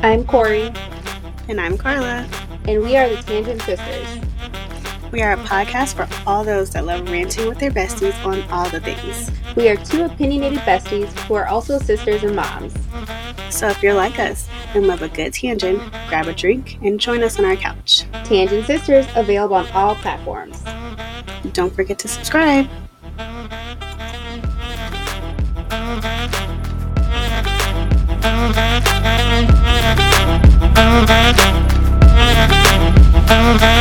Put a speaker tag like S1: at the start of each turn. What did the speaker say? S1: I'm Corey,
S2: And I'm Carla.
S1: and we are the Tangent Sisters.
S2: We are a podcast for all those that love ranting with their besties on all the things.
S1: We are two opinionated besties who are also sisters and moms.
S2: So if you're like us and love a good tangent, grab a drink and join us on our couch.
S1: Tangent Sisters available on all platforms.
S2: Don't forget to subscribe.